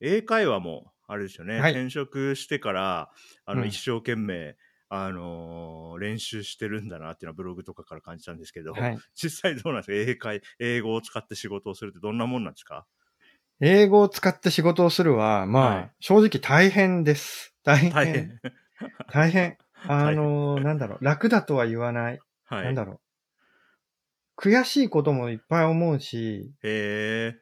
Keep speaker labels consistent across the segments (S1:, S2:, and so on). S1: 英会話も、あれですよね、
S2: はい
S1: 転職してから、あの、
S2: うん
S1: 一生懸命、あのー練習してるんだなっていうのはブログとかから感じたんですけど、
S2: はい。
S1: 実際どうなんですか英会、英語を使って仕事をするってどんなもんなんですか
S2: 英語を使って仕事をするは、まあ、
S1: はい
S2: 正直大変です。大変。
S1: 大 変。
S2: 大変。あ
S1: 大
S2: のーなんだろう、楽だとは言わない。
S1: はい。
S2: なんだろう。悔しいこともいっぱい思うし、
S1: へえ。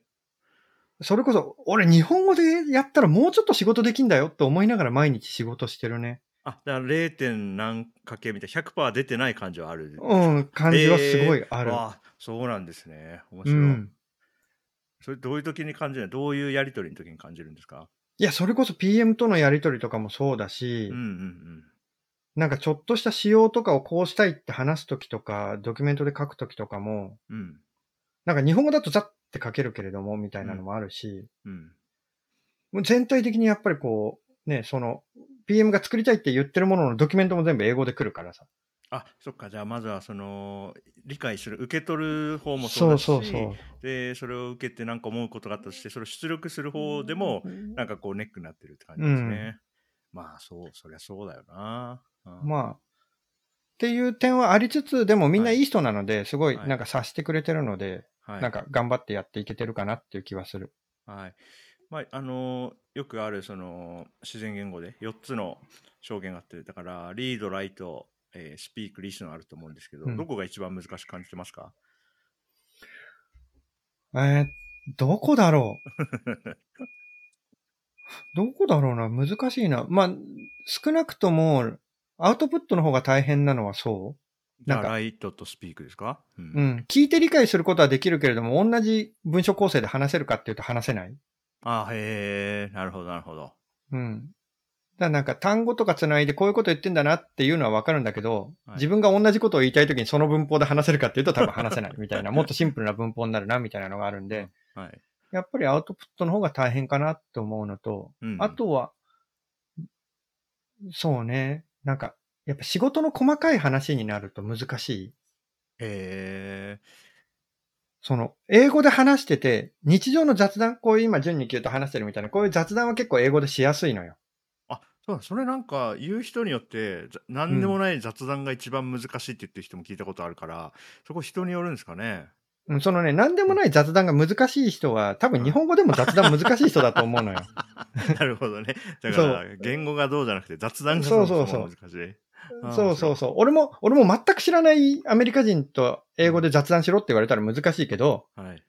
S2: それこそ、俺日本語でやったらもうちょっと仕事できんだよって思いながら毎日仕事してるね。
S1: あ、だから 0. 点何かけみたいな、100%出てない感じはある。
S2: うん、感じはすごいある。
S1: あそうなんですね。面
S2: う
S1: 白い。
S2: ん。
S1: それどういう時に感じるのどういうやりとりの時に感じるんですか
S2: いや、それこそ PM とのやりとりとかもそうだし、
S1: うんうんうん。
S2: なんかちょっとした仕様とかをこうしたいって話すときとか、ドキュメントで書くときとかも、
S1: うん。
S2: なんか日本語だとザッて書けるけれども、みたいなのもあるし、
S1: うん。
S2: もう全体的にやっぱりこう、ね、その、PM が作りたいって言ってるもののドキュメントも全部英語で来るからさ。
S1: あ、そっか。じゃあ、まずは、その、理解する、受け取る方もそうだし、
S2: そうそうそう。
S1: で、それを受けてなんか思うことがあったとして、それを出力する方でも、なんかこう、ネックになってるって感じですね。まあ、そう、そりゃそうだよな。うん
S2: まあ、っていう点はありつつ、でもみんないい人なので、すごい
S1: はい
S2: なんか察してくれてるので、
S1: はい
S2: なんか頑張ってやっていけてるかなっていう気はする。
S1: はい。まあ、あのよくある、その、自然言語で4つの証言があって、だから、リード、ライト、えースピーク、リスンあると思うんですけど、
S2: うん
S1: どこが一番難しく感じてますか
S2: えー、どこだろう どこだろうな難しいな。まあ、少なくとも、アウトプットの方が大変なのはそ
S1: じゃ
S2: な
S1: あ
S2: んか
S1: ライトとスピークですかう
S2: う。うん。聞いて理解することはできるけれども、同じ文章構成で話せるかっていうと話せない。
S1: あーへえ、なるほど、なるほど。
S2: うん。だからなんか単語とか繋いでこういうこと言ってんだなっていうのはわかるんだけど、
S1: はい
S2: 自分が同じことを言いたいときにその文法で話せるかっていうと多分話 せないみたいな、もっとシンプルな文法になるなみたいなのがあるんで、
S1: はい。
S2: やっぱりアウトプットの方が大変かなと思うのと、
S1: うん
S2: あ、とは、そうね、なんか、やっぱ仕事の細かい話になると難しい。
S1: へえ、
S2: その、英語で話してて、日常の雑談、こういう今、順に言うと話してるみたいな、こういう雑談は結構英語でしやすいのよ。
S1: あ、そうだ、それなんか言う人によって、ざ何でもない雑談が一番難しいって言ってる人も聞いたことあるから、そこ人によるんですか ね。
S2: うん、そのね、何でもない雑談が難しい人は、多分日本語でも雑談難しい人だと思うのよ。
S1: なるほどね。だか
S2: そう
S1: ら、言語がどうじゃなくて雑談が
S2: そ
S1: そうう
S2: そ
S1: そうう
S2: そう
S1: そう難しい。 あー
S2: そうそうそう。俺も、俺も全く知らないアメリカ人と英語で雑談しろって言われたら難しいけど、
S1: はい。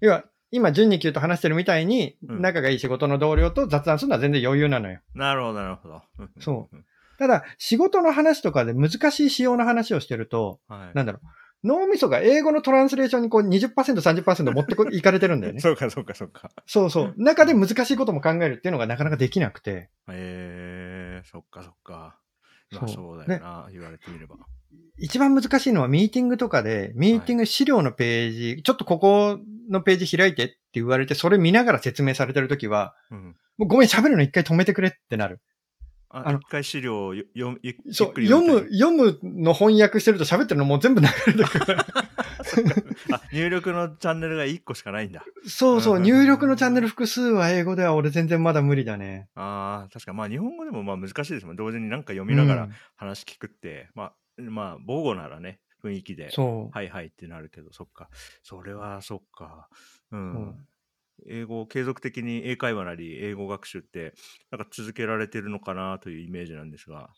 S2: 要は、今、順に急と話してるみたいに、
S1: うん
S2: 仲がいい仕事の同僚と雑談するのは全然余裕なのよ。
S1: なるほど、なるほど。。
S2: そうただ、仕事の話とかで難しい仕様の話をしてると、
S1: はい。
S2: なんだろう、脳みそが英語のトランスレーションにこう20%、30%持ってこいかれてるんだよ ね。
S1: そうか、そうか、そうか。
S2: そうそう。中で難しいことも考えるっていうのがなかなかできなくて。
S1: えー、そっか、そっか。まあ、
S2: そう
S1: そうだよな、言われてみれば。
S2: 一番難しいのはミーティングとかで、ミーティング資料のページ、ちょっとここのページ開いてって言われて、それ見ながら説明されてるときは、
S1: うん。
S2: もうごめん喋るの一回止めてくれってなる。
S1: あ、
S2: あの
S1: 一回資料をよよゆっ
S2: そ
S1: ゆっ
S2: う
S1: く、り
S2: 読
S1: みたい
S2: む、読むの翻訳してると喋ってるのもう全部流れてくる。
S1: な。あ、入力のチャンネルが1個しかないんだ。
S2: そうそう、
S1: うん
S2: 入力のチャンネル複数は英語では俺全然まだ無理だね。
S1: ああ、確か、まあ、日本語でもまあ難しいですもん。同時になんか読みなが
S2: う
S1: ら
S2: ん
S1: 話聞くって、まあ、まあ、母語ならね、雰囲気で。
S2: そう。
S1: はいはいってなるけど、そっか。それは、そっか。うん。
S2: うん
S1: 英語を継続的に英会話なり、英語学習って、なんか続けられてるのかなというイメージなんですが、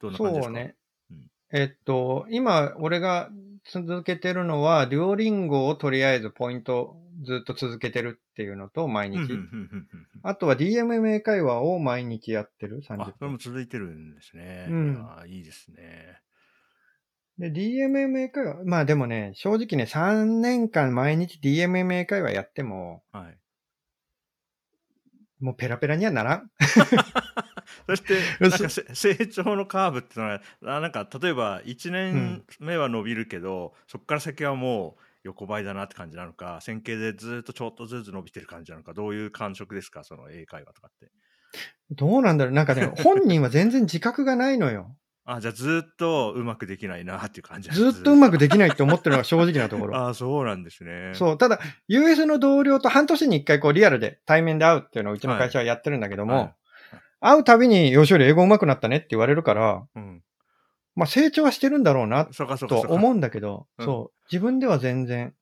S1: どんな感じです
S2: そう
S1: か
S2: ね
S1: うん。
S2: えっと、今、俺が続けてるのは、デュオリンゴをとりあえずポイントずっと続けてるっていうのと、毎
S1: うんうんうん
S2: 日。
S1: うんうん
S2: あとは DMMA 会話を毎日やってる、30
S1: あ、それ
S2: 分
S1: も。続いてるんですね。
S2: うん
S1: いやーいいですね。
S2: で、DMMA 会話、まあでもね、正直ね、3年間毎日 DMMA 会話やっても、
S1: はい。
S2: もうペラペラにはならん。
S1: そして、
S2: う
S1: なんんかせ成長のカーブってのは、あなんか例えば1年目は伸びるけど、そこから先はもう横ばいだなって感じなのか、線形でずっとちょっとずつ伸びてる感じなのか、どういう感触ですか、その英会話とかって。
S2: どうなんだろうなんかね、本人は全然自覚がないのよ。
S1: あ、じゃあずっとうまくできないな っていう感じなんです
S2: ずっとうまくできないって思ってるのが正直なところ。
S1: ああ、そうなんですね。う。
S2: そう。ただ、US の同僚と半年に一回こうリアルで対面で会うっていうのをうちの会社はやってるんだけども、
S1: はい
S2: 会うたびに、よしより英語上手くなったねって言われるから、
S1: ん。
S2: まあ成長はしてるんだろうな
S1: そうかそうかそ
S2: と
S1: う
S2: は
S1: か。
S2: 思うんだけど、
S1: うん
S2: そう。自分では全然。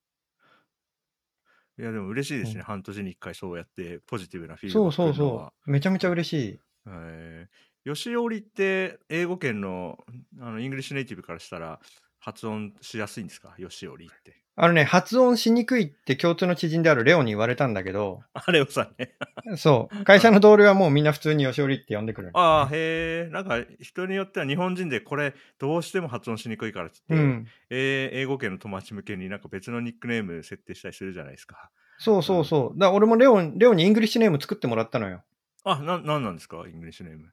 S1: いや、でも嬉しいですね。
S2: うん
S1: 半年に一回そうやってポジティブなフィール
S2: そ
S1: ド
S2: う
S1: が来
S2: そう
S1: るのは。
S2: そう。めちゃめちゃ嬉しい。
S1: えー、吉織って英語圏のあのイングリッシュネイティブからしたら発音しやすいんですか吉織 って。
S2: あのね、発音しにくいって共通の知人であるレオに言われたんだけど、
S1: あれをさんね。
S2: そう。会社の同僚はもうみんな普通によしおりって呼んでくる。
S1: ああへえ。なんか人によっては日本人でこれどうしても発音しにくいからって
S2: う
S1: 言って、
S2: ん。
S1: えー英語圏の友達向けになんか別のニックネーム設定したりするじゃないですか。
S2: そうそうそう。だから俺もレオン、レオンにイングリッシュネーム作ってもらったのよ。
S1: あななんなんですかイングリッシュネーム。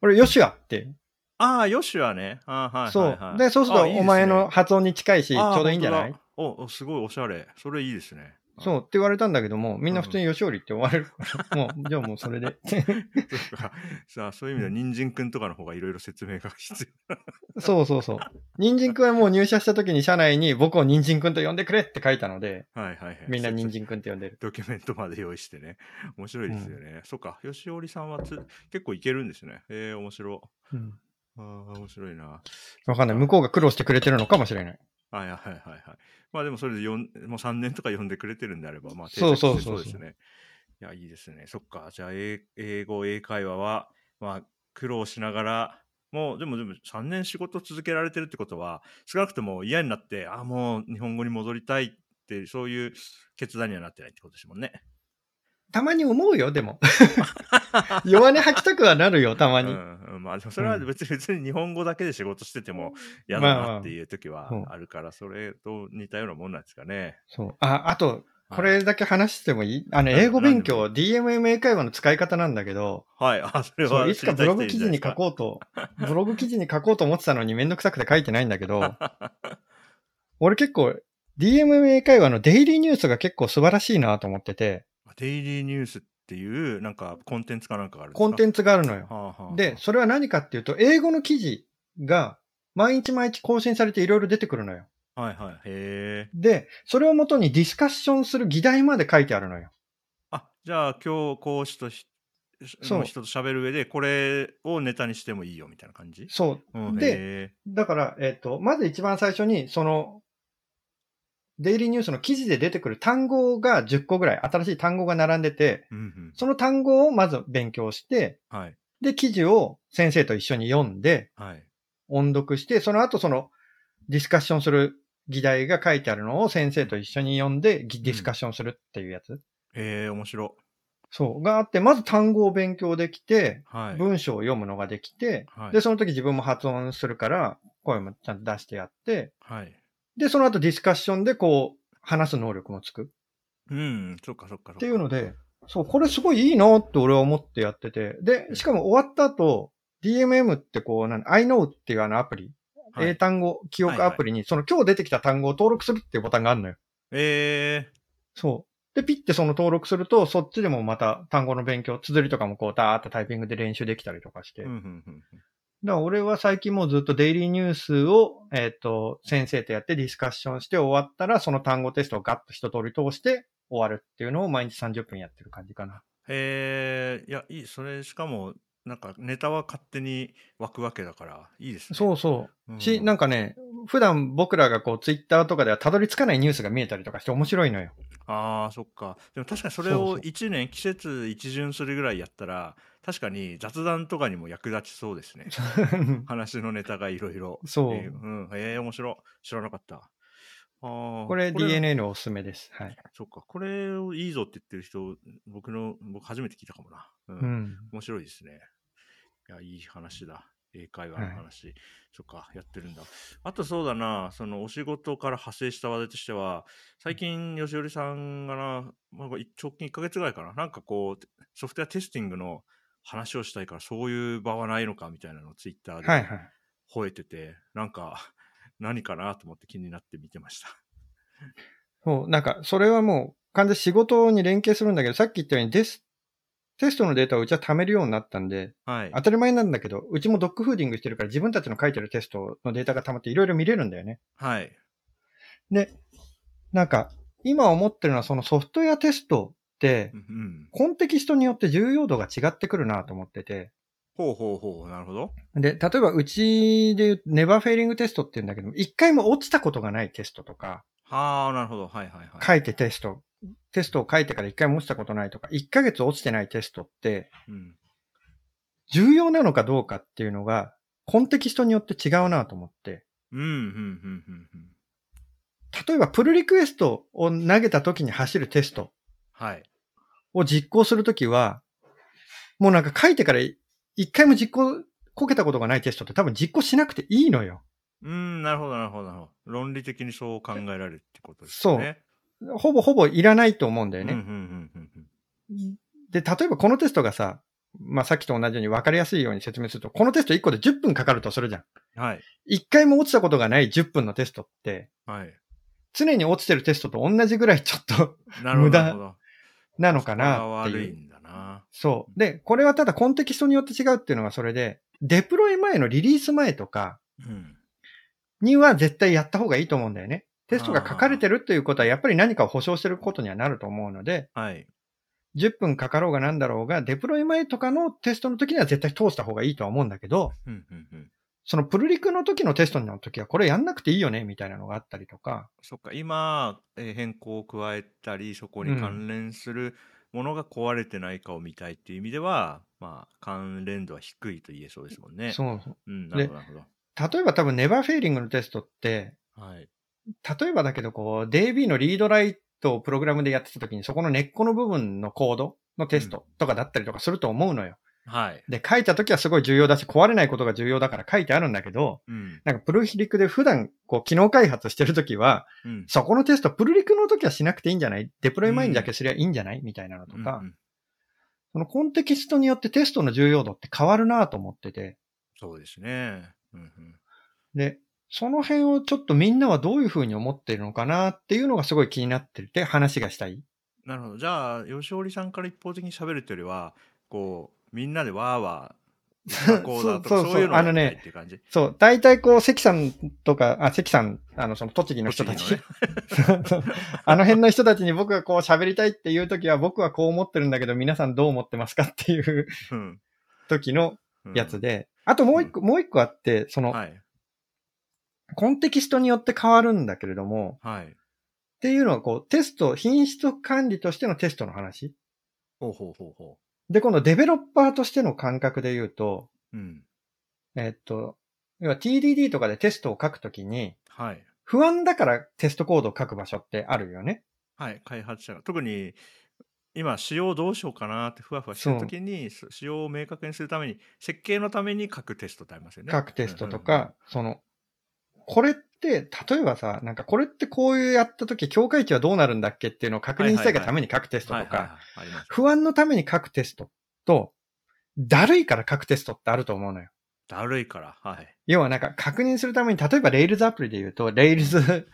S2: 俺、ヨシュアって。
S1: ああヨシュアね。あーはい、
S2: そ
S1: はいは
S2: う。
S1: い
S2: で、そうする
S1: あ
S2: と
S1: いいです
S2: お
S1: ね
S2: 前の発音に近いし、ち
S1: あー
S2: ょうどいいんじゃない
S1: 本当だおおすごいおしゃれ。それいいですね。
S2: そうって言われたんだけども、みんな普通に吉織って呼ば れるから、もう、じゃあもうそれで。
S1: そうか さあそういう意味では、人参くんとかの方がいろいろ説明が必
S2: そうそうそう。人参くんはもう入社した時に社内に僕を人参くんと呼んでくれって書いたので、
S1: 要。 はいはいはい。
S2: みんな人
S1: そうそう
S2: 参くんって呼んでる。
S1: ドキュメントまで用意してね。 面白いですよね。そっか、吉織さんはつ結構いけるんですね。えー、面白。
S2: うん
S1: ああ、面白いな。
S2: わかんない。向こうが苦労してくれてるのかもしれない。
S1: はいはいはいはい。まあでもそれでよんもう3年とか呼んでくれてるんであれば、まあ定
S2: そう
S1: 着
S2: そう
S1: して
S2: そうそう
S1: ですね。いや、いいですね。そっか。じゃあ、英英語、英会話は、まあ苦労しながら、もうでもでも3年仕事続けられてるってことは、少なくとも嫌になって、ああ、もう日本語に戻りたいって、そういう決断にはなってないってことですもんね。
S2: たまに思うよ、でも。 弱音吐きたくはなるよ、たま
S1: う
S2: に。
S1: んうん、まあでもそれは
S2: うん
S1: 別に,、別に日本語だけで仕事してても嫌だ
S2: まあまあ
S1: なっていう時は
S2: うん
S1: あるから、それと似たようなもんなんですかね。
S2: そう。あ、あと、
S1: はい
S2: これだけ話してもいいあの、
S1: うん
S2: 英語勉強、
S1: 何
S2: DMM 英会話の使い方なんだけど、
S1: はい、あ、それ
S2: そ
S1: は
S2: ういつかブログ記事に書
S1: う。
S2: こうと、ブログ記事に書こうと思ってたのにめんどくさくて書いてないんだけど、俺結構 DMM 英会話のデイリーニュースが結構素晴らしいなと思ってて、
S1: デイリーニュースっていう、なんかコンテンツかなんかがあるんですか
S2: コンテンツがあるのよ。
S1: はあはあ
S2: で、それは何かっていうと、英語の記事が毎日毎日更新されていろいろ出てくるのよ。
S1: はいはい。へえ。
S2: で、それをもとにディスカッションする議題まで書いてあるのよ。
S1: あ、じゃあ今日講師とし、
S2: そう
S1: の人と喋る上で、これをネタにしてもいいよみたいな感じ、
S2: そう。
S1: うん、
S2: で
S1: へ
S2: だから、えっ、と、まず一番最初に、その、デイリーニュースの記事で出てくる単語が10個ぐらい、新しい単語が並んでて、
S1: ー、うんうん。
S2: その単語をまず勉強して、
S1: はい。
S2: で、記事を先生と一緒に読んで、
S1: はい。
S2: 音読して、その後そのディスカッションする議題が書いてあるのを先生と一緒に読んで、ぎディスカッションするっていうやつ、
S1: へえ、面白。
S2: そう、があって、まず単語を勉強できて、
S1: はい。
S2: 文章を読むのができて、
S1: はい
S2: で、その時自分も発音するから、声もちゃんと出してやって、
S1: はい。
S2: で、その後ディスカッションでこう、話す能力もつく
S1: うん、そっかそっかそっか。
S2: っていうので、そう、これすごいいいなって俺は思ってやってて、で、しかも終わった後、DMM ってこう、なん iKnow っていうあのアプリ、
S1: はい
S2: 英単語記憶アプリに、その今日出てきた単語を登録するっていうボタンがあるのよ。
S1: え
S2: そう。で、ピッてその登録すると、そっちでもまた単語の勉強、綴りとかもこう、ダーってタイピングで練習できたりとかして。
S1: ー、う
S2: だ
S1: んう
S2: か
S1: んうんうん
S2: ら俺は最近もうずっとデイリーニュースを、えっ、と、先生とやってディスカッションして終わったら、その単語テストをガッと一通り通して終わるっていうのを毎日30分やってる感じかな。
S1: えー、いや、いい、それ、しかも、なんか、ネタは勝手に湧くわけだから、いいですね。
S2: そうそう。
S1: うん
S2: し、なんかね、普段僕らがこうツイッターとかではたどり着かないニュースが見えたりとかして面白いのよ。
S1: ああ、そっか。でも確かにそれ
S2: そうそ
S1: を
S2: う
S1: 1年、季節一巡するぐらいやったら、確かに雑談とかにも役立ちそうです ね。話のネタがいろいろ。
S2: そう
S1: えーうん。ええ面白い。知らなかった。ああ。
S2: これ DNA のおすすめです。はい。
S1: そっか。これをいいぞって言ってる人、僕の、僕初めて聞いたかもな。うん
S2: うん。
S1: 面白いですね。いや、いい話だ。英会話の話。そっか、やってるんだ。あとそうだな、そのお仕事から派生した話題としては、最近、吉織さんがな、まあ、直近1ヶ月ぐらいかな、なんかこう、ソフトウェアテスティングの話をしたいから、そういう場はないのかみたいなのをツイッター
S2: はい
S1: で
S2: はい。
S1: 吠えてて、なんか、何かなと思って気になって見てました。
S2: そう、なんかそれはもう完全に仕事に連携するんだけど、さっき言ったようにデステストのデータをうちは貯めるようになったんで、
S1: はい。
S2: 当たり前なんだけど、うちもドッグフーディングしてるから自分たちの書いてるテストのデータが溜まっていろいろ見れるんだよね。
S1: はい。
S2: なんか、今思ってるのはそのソフトウェアテストって
S1: う、んうん。
S2: コンテキストによって重要度が違ってくるなと思ってて、
S1: ほうほうほう。なるほど。
S2: で、例えばうちで言うネバーフェイリングテストって言うんだけど、一回も落ちたことがないテストとか、
S1: はあ、なるほど。はいはいはい。
S2: 書いてテスト、テストを書いてから一回も落ちたことないとか、一ヶ月落ちてないテストって、
S1: うん。
S2: 重要なのかどうかっていうのが、コンテキストによって違うなと思って、
S1: うん、うん、うん、うん、うん。
S2: 例えばプルリクエストを投げた時に走るテスト
S1: はい。
S2: を実行するときは、もうなんか書いてから一回も実行、こけたことがないテストって多分実行しなくていいのよ。
S1: うん、なるほど、なるほど、なるほど。論理的にそう考えられるってことですよね。
S2: ほぼほぼいらないと思うんだよ
S1: うん、うん、う
S2: ね。
S1: ん、うんうん。
S2: で、例えばこのテストがさ、まあ、さっきと同じように分かりやすいように説明すると、このテスト1個で10分かかるとするじゃん。
S1: はい。
S2: 1回も落ちたことがない10分のテストって、
S1: はい。
S2: 常に落ちてるテストと同じぐらいちょっと
S1: なるほど。
S2: 無駄
S1: なるほど
S2: なの
S1: そ
S2: か
S1: こが
S2: なって
S1: 悪
S2: い。
S1: いうんだな。
S2: そう。で、これはただコンテキストによって違うっていうのがそれで、デプロイ前のリリース前とか、
S1: うん。
S2: には絶対やった方がいいと思うんだよね。テストが書かれてるということはやっぱり何かを保証してることにはなると思うので、
S1: はい。
S2: 10分かかろうがなんだろうが、デプロイ前とかのテストの時には絶対通した方がいいとは思うんだけど、
S1: うん、うん、うん。
S2: そのプルリクの時のテストの時はこれやんなくていいよねみたいなのがあったりとか、
S1: そっか、今、えー変更を加えたり、そこに関連するものが壊れてないかを見たいっていう意味では、まあ、関連度は低いと言えそうですもんね。
S2: そう。
S1: うん、なるほど、なるほ
S2: 例えば多分ネバーフェイリングのテストって、
S1: ど。はい。
S2: 例えばだけどこう、DB のリードライトをプログラムでやってた時にそこの根っこの部分のコードのテストとかだったりとかすると思うのよ。
S1: はい。
S2: で、書いた時はすごい重要だし、壊れないことが重要だから書いてあるんだけど、
S1: うん。
S2: なんかプルリクで普段、こう、機能開発してるときは、
S1: うん。
S2: そこのテスト、プルリクのときはしなくていいんじゃないデプロイ前にだけすりゃいいんじゃないみたいなのとか、
S1: うんうん
S2: そのコンテキストによってテストの重要度って変わるなと思ってて、
S1: そうですね。うん、うん。
S2: で、その辺をちょっとみんなはどういうふうに思ってるのかなっていうのがすごい気になってて、話がしたい。
S1: なるほど。じゃあ、吉織さんから一方的に喋るというよりは、こう、みんなでわーわー、こうだとか、
S2: そうそうそう
S1: そういうの
S2: あのね
S1: やりたいっていう感じ。
S2: そう、大体こう、関さんとか、あ、関さん、あの、その栃木の人た
S1: 栃
S2: ち、
S1: 木のね
S2: そうそう あの辺の人たちに僕がこう喋りたいっていうときは、僕はこう思ってるんだけど、皆さんどう思ってますかっていう
S1: うん
S2: 時の
S1: うん
S2: やつ。で、あともう一個、もう一個あって、その、
S1: はい。
S2: コンテキストによって変わるんだけれども、
S1: はい。
S2: っていうのはこう、テスト、品質管理としてのテストの話。
S1: ほうほうほうほ
S2: で、このデベロッパーとしての感覚で言うと、
S1: う。うん。
S2: えっと、要は TDD とかでテストを書くときに、
S1: はい。
S2: 不安だからテストコードを書く場所ってあるよね。
S1: はい、開発者が特に今仕様どうしようかなってふわふわしてる
S2: そう
S1: 時にす仕様を明確にするために設計のために書くテストってありますよね。
S2: 書くテストとか、その、これって、例えばさ、なんかこれってこういうやったとき、境界値はどうなるんだっけっていうのを確認したいがために書くテスト
S1: は
S2: と
S1: いはいはい
S2: か、
S1: あります
S2: 不安のために書くテストと、だるいから書くテストってあると思うのよ。
S1: だるいからはい
S2: 要はなんか確認するために、例えば Rails アプリで言うと、Rails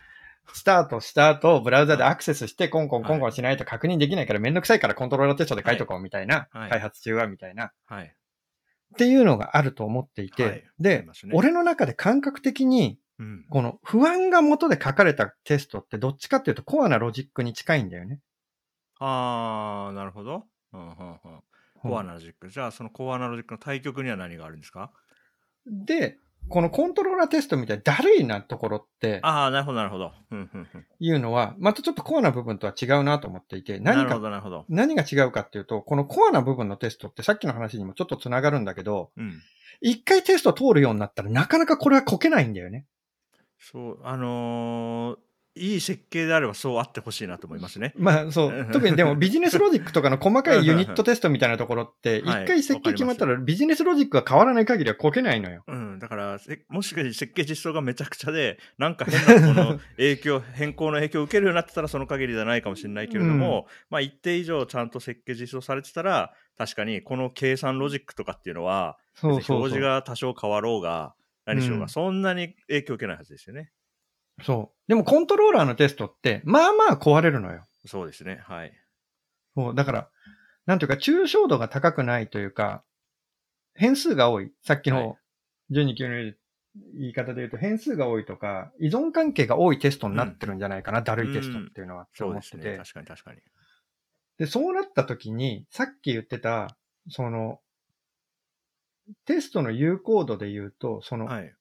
S2: スタートした後、ブラウザでアクセスして、コンコンコンコンしないと確認できないからめんどくさいからコントローラーテストで書いとこうみたいな、
S1: はいはい
S2: 開発中はみたいな、
S1: はい
S2: っていうのがあると思っていて、
S1: はいあ
S2: で
S1: り、ますね
S2: 俺の中で感覚的に、
S1: うん
S2: この不安が元で書かれたテストってどっちかっていうとコアなロジックに近いんだよね。
S1: ああなるほど、うんうんうん、コアなロジックじゃあそのコアなロジックの対極には何があるんですか
S2: で、このコントローラーテストみたいなだるいなところって
S1: ああなるほどなるほど、うんうんうん、
S2: いうのは、またちょっとコアな部分とは違うなと思っていて、
S1: な
S2: 何
S1: る
S2: か
S1: ほどなるほど、
S2: 何が違うかっていうと、このコアな部分のテストってさっきの話にもちょっとつながるんだけど、
S1: うん、
S2: 一回テスト通るようになったらなかなかこれはこけないんだよね。
S1: そうあのーいい設計であればそうあってほしいなと思いますね
S2: まあそう、特にでもビジネスロジックとかの細かいユニットテストみたいなところって、
S1: はい
S2: 一回設計決まったらビジネスロジックが変わらない限りはこけないのよ。
S1: うん、だからせもしかして設計実装がめちゃくちゃでなんか変なこの影響変更の影響を受けるようになってたらその限りではないかもしれないけれども、まあ一定以上ちゃんと設計実装されてたら確かにこの計算ロジックとかっていうのは
S2: そうそう
S1: 表
S2: そ
S1: 示
S2: う。
S1: が多少変わろうが何しようが、
S2: うん
S1: そんなに影響を受けないはずですよね。
S2: そう。でもコントローラーのテストって、まあまあ壊れるのよ。
S1: そうですねはい。
S2: そう、だから、なんていうか、抽象度が高くないというか、変数が多い。さっき
S1: は
S2: の12級の言い方で言うと、変数が多いとか、依存関係が多いテストになってるんじゃないかな、だるいテストっていうのはって
S1: そう
S2: 思
S1: で
S2: って
S1: す
S2: て。
S1: ね。確かに確かに。
S2: で、そうなった時に、さっき言ってた、その、テストの有効度で言うと、その、
S1: はい。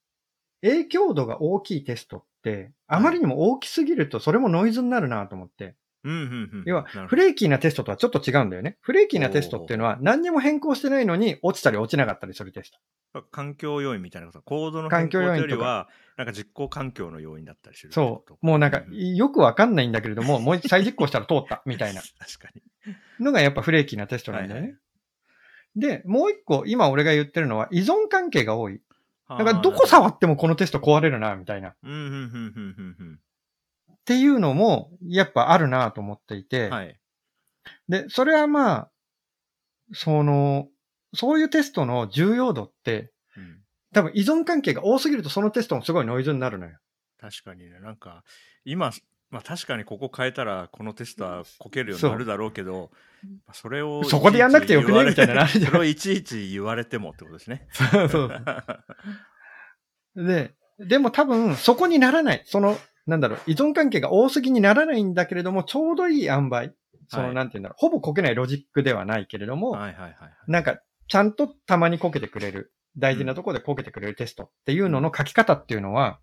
S2: 影響度が大きいテストって、あまりにも大きすぎると、それもノイズになるなと思って。
S1: うんうんうん。
S2: 要は
S1: なるほど
S2: フレーキーなテストとはちょっと違うんだよね。フレーキーなテストっていうのは、何にも変更してないのに、落ちたり落ちなかったりするテスト。
S1: 環境要因みたいなこと、コードの
S2: 環
S1: 変
S2: 境
S1: 更
S2: 要因と
S1: とい
S2: か
S1: うよりは、なんか実行環境の要因だったりするってこ
S2: そ
S1: と。
S2: う。もうなんか、
S1: ん
S2: よくわかんないんだけれども、もう一再実行したら通った、みたいな
S1: 確かに。
S2: のがやっぱフレーキーなテストなんだよね。
S1: はい
S2: で、もう一個、今俺が言ってるのは、依存関係が多い。だから
S1: あー
S2: どこ触ってもこのテスト壊れるな、みたいな。っ
S1: うんうんうんうんうん
S2: ていうのも、やっぱあるなと思っていて、
S1: うん。はい。
S2: で、それはまあ、その、そういうテストの重要度って、
S1: うん
S2: 多分依存関係が多すぎるとそのテストもすごいノイズになるのよ。
S1: 確かにね、なんか、今、まあ確かにここ変えたら、このテストはこけるようになるだろうけど、まあそれをいちいち
S2: そこでやんなくてよくね
S1: 言われ
S2: みたいなのあるじゃん
S1: それをいちいち言われてもってことですね。
S2: そ う
S1: う
S2: で、でも多分そこにならない。その、なんだろう、依存関係が多すぎにならないんだけれども、ちょうどいい塩梅。その、
S1: はい
S2: なんていうんだろう、ほぼこけないロジックではないけれども、
S1: はいはいはいはい。
S2: なんか、ちゃんとたまにこけてくれる、大事なところでこけてくれるテストっていうのの書き方っていうのは、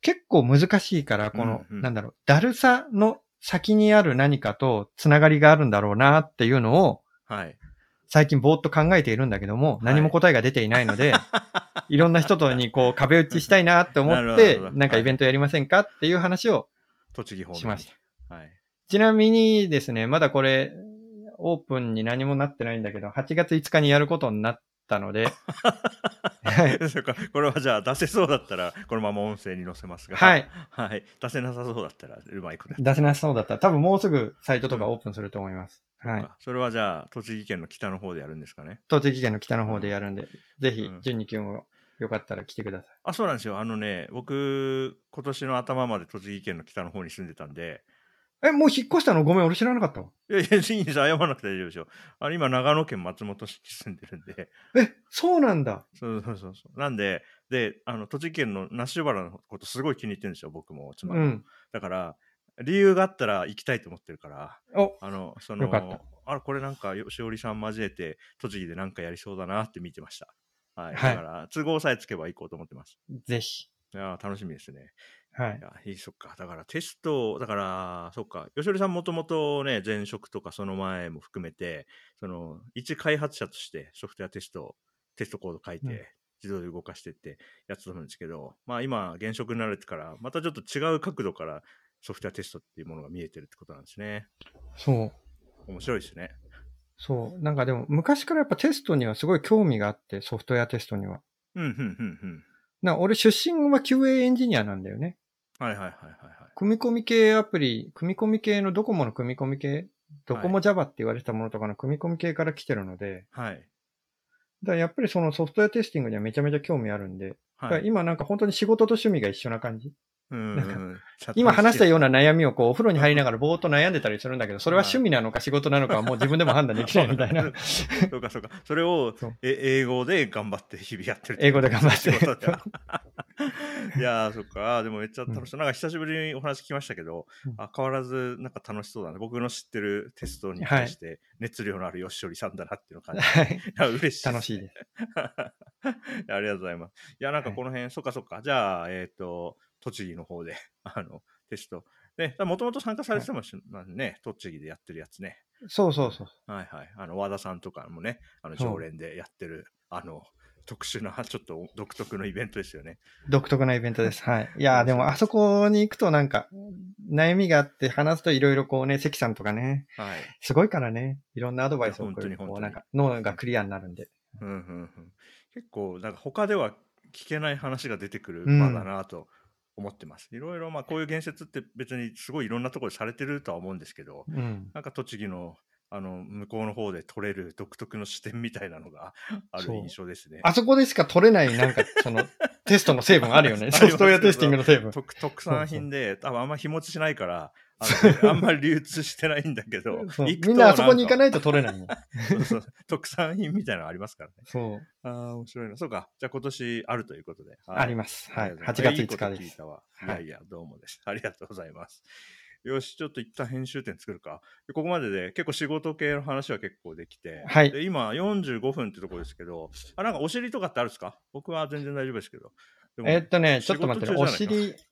S2: 結構難しいから、この、
S1: うんうん
S2: なんだろう、だるさの先にある何かとつながりがあるんだろうなっていうのを、
S1: はい。
S2: 最近ぼーっと考えているんだけども、
S1: い
S2: 何も答えが出ていない ので、い、ろんな人とにこう壁打ちしたいなって思
S1: なる
S2: っ
S1: ほどな
S2: て
S1: るほ、ど
S2: なんかイベントやりませんかっていう話を
S1: 栃木方面。
S2: しました。
S1: た。はい。
S2: ちなみにですね、まだこれ、オープンに何もなってないんだけど、8月5日にやることになったの で、はい
S1: そうかこれはじゃあ出せそうだったらこのまま音声に載せますが、
S2: はい。
S1: はい、出せなさそうだったらうまいことやっ
S2: 出せなさそうだったら、多分もうすぐサイトとかオープンすると思います。
S1: た
S2: はい。
S1: それはじゃあ栃木県の北の方でやるんですかね。
S2: 栃木県の北の方でやるんで、ぜひ
S1: うん、
S2: 順に君もよかったら来てください。
S1: あそうなんですよあのね僕今年の頭まで栃木県の北の方に住んでたんで
S2: え、もう引っ越したのごめん、俺知らなかったわ。
S1: いやいやいいんです謝らなくて大丈夫でしょあの今長野県松本市に住んでるんで
S2: え、そうなんだ。
S1: そうそうそうそうなんでであの栃木県の那須原のことすごい気に入ってるんですよ僕も妻
S2: う
S1: も、
S2: ん。
S1: だから理由があったら行きたいと思ってるから
S2: お、
S1: あの、その、
S2: よかった
S1: あれ、これなんか、よしおりさん交えて、栃木でなんかやりそうだなって見てました。はい。
S2: はい
S1: だから、都合さえつけば行こうと思ってます。
S2: ぜひ。
S1: いやー楽しみですね。
S2: はい
S1: い。や、いい、そっか。だから、テスト、だから、そっか。よしおりさんもともとね、前職とかその前も含めて、その、一開発者としてソフトウェアテスト、テストコード書いて、
S2: うん
S1: 自動で動かしてってやってたんですけど、まあ今、現職になれてから、またちょっと違う角度からソフトウェアテストっていうものが見えてるってことなんですね。
S2: そう。
S1: 面白いですね。
S2: そう。なんかでも、昔からやっぱテストにはすごい興味があって、ソフトウェアテストには。
S1: うん、うん、うん、うん。
S2: な、俺出身は QA エンジニアなんだよね。
S1: はいはいはいはいはい。
S2: 組み込み系アプリ、組み込み系のドコモの組み込み系、ドコモ Java って言われてたものとかの組み込み系から来てるので、
S1: はい。
S2: だからやっぱりそのソフトウェアテスティングにはめちゃめちゃ興味あるんで、だか
S1: は
S2: ら
S1: い。
S2: 今なんか本当に仕事と趣味が一緒な感じ。
S1: うん
S2: なん
S1: う
S2: か
S1: んうん
S2: 今話したような悩みをこうお風呂に入りながらぼーっと悩んでたりするんだけど、それは趣味なのか仕事なのかはもう自分でも判断できないみたい
S1: そ
S2: な
S1: う。そうかそうか。それを
S2: そう
S1: え英語で頑張って日々やってるってこと。
S2: 英語で頑張っ
S1: 仕
S2: て
S1: 事では いやー、そっか。あーでもめっちゃ楽しそう。なんか久しぶりにお話聞きましたけど
S2: うん、
S1: あ変わらずなんか楽しそうだね。僕の知ってるテストに対して熱量のあるよしおりさんだなっていうのを感じ て。
S2: はい
S1: いや 嬉しいです
S2: 楽しいです。
S1: ありがとうございます。いや、なんかこの辺、そっかそっか。じゃあ、えっ、と、栃木の方で、あの、テスト。ね、もともと参加されてたもんしまあね、栃木でやってるやつね。
S2: そうそうそう。
S1: はいはい。あの、和田さんとかもね、あの、
S2: そう
S1: 常連でやってる、あの、特殊な、ちょっと独特のイベントですよね。
S2: 独特なイベントです。はい。いやーでもあそこに行くとなんか、悩みがあって話すといろいろこうね、関さんとかね、
S1: はい。
S2: すごいからね、いろんなアドバイスを送
S1: いや本
S2: る
S1: 当に
S2: こ
S1: 本
S2: う
S1: 当に
S2: なんか脳がクリアになるんで。
S1: うんうんうん。結構、なんか他では聞けない話が出てくる
S2: うん
S1: 場だなと思ってます。いろいろ、まあ、こういう言説って別にすごいいろんなところでされてるとは思うんですけど、
S2: うん。
S1: なんか栃木のあの向こうの方で取れる独特の視点みたいなのがある
S2: そう
S1: 印象ですね。
S2: あそこでしか取れないなんかそのテストの成分あるよ
S1: あり
S2: ね。
S1: ます
S2: ソフトウェアテスティングの成分。
S1: 特特産品で多分あんま日持ちしないからあのね あんまり流通してないんだけど、
S2: そう
S1: 行くと
S2: みんなあそこに行か
S1: なんか
S2: ないと取れないもん。
S1: そうそう 特産品みたいなのありますからね。
S2: そう、
S1: ああ、面白いな。そうか。じゃあ今年あるということで。はい
S2: あります。はい。8月
S1: いい
S2: 5
S1: こと
S2: 日
S1: 聞
S2: で
S1: い
S2: す。
S1: たわ。い
S2: は
S1: や
S2: い
S1: いや、どうもです。 ありがとうございます。よし、ちょっと一旦編集点作るか。でここまでで結構仕事系の話は結構できて、
S2: はい
S1: で今45分ってところですけど、あ、なんかお尻とかってあるんですか僕は全然大丈夫ですけど。でも
S2: えーっとね、ちょっと待ってね。お
S1: 仕事中じゃ
S2: 尻、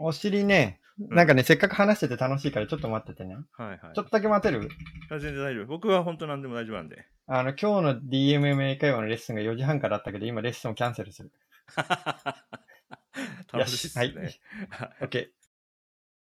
S2: お尻ね、なんかね、せっかく話してて楽しいからちょっと待っててね。
S1: はいはい
S2: ちょっとだけ待てる
S1: あ。全然大丈夫。僕は本当何でも大丈夫なん で。
S2: あの、今日の DMMA 会話のレッスンが4時半からあったけど、今レッスンをキャンセルする。
S1: 楽しいですね。
S2: よし OK。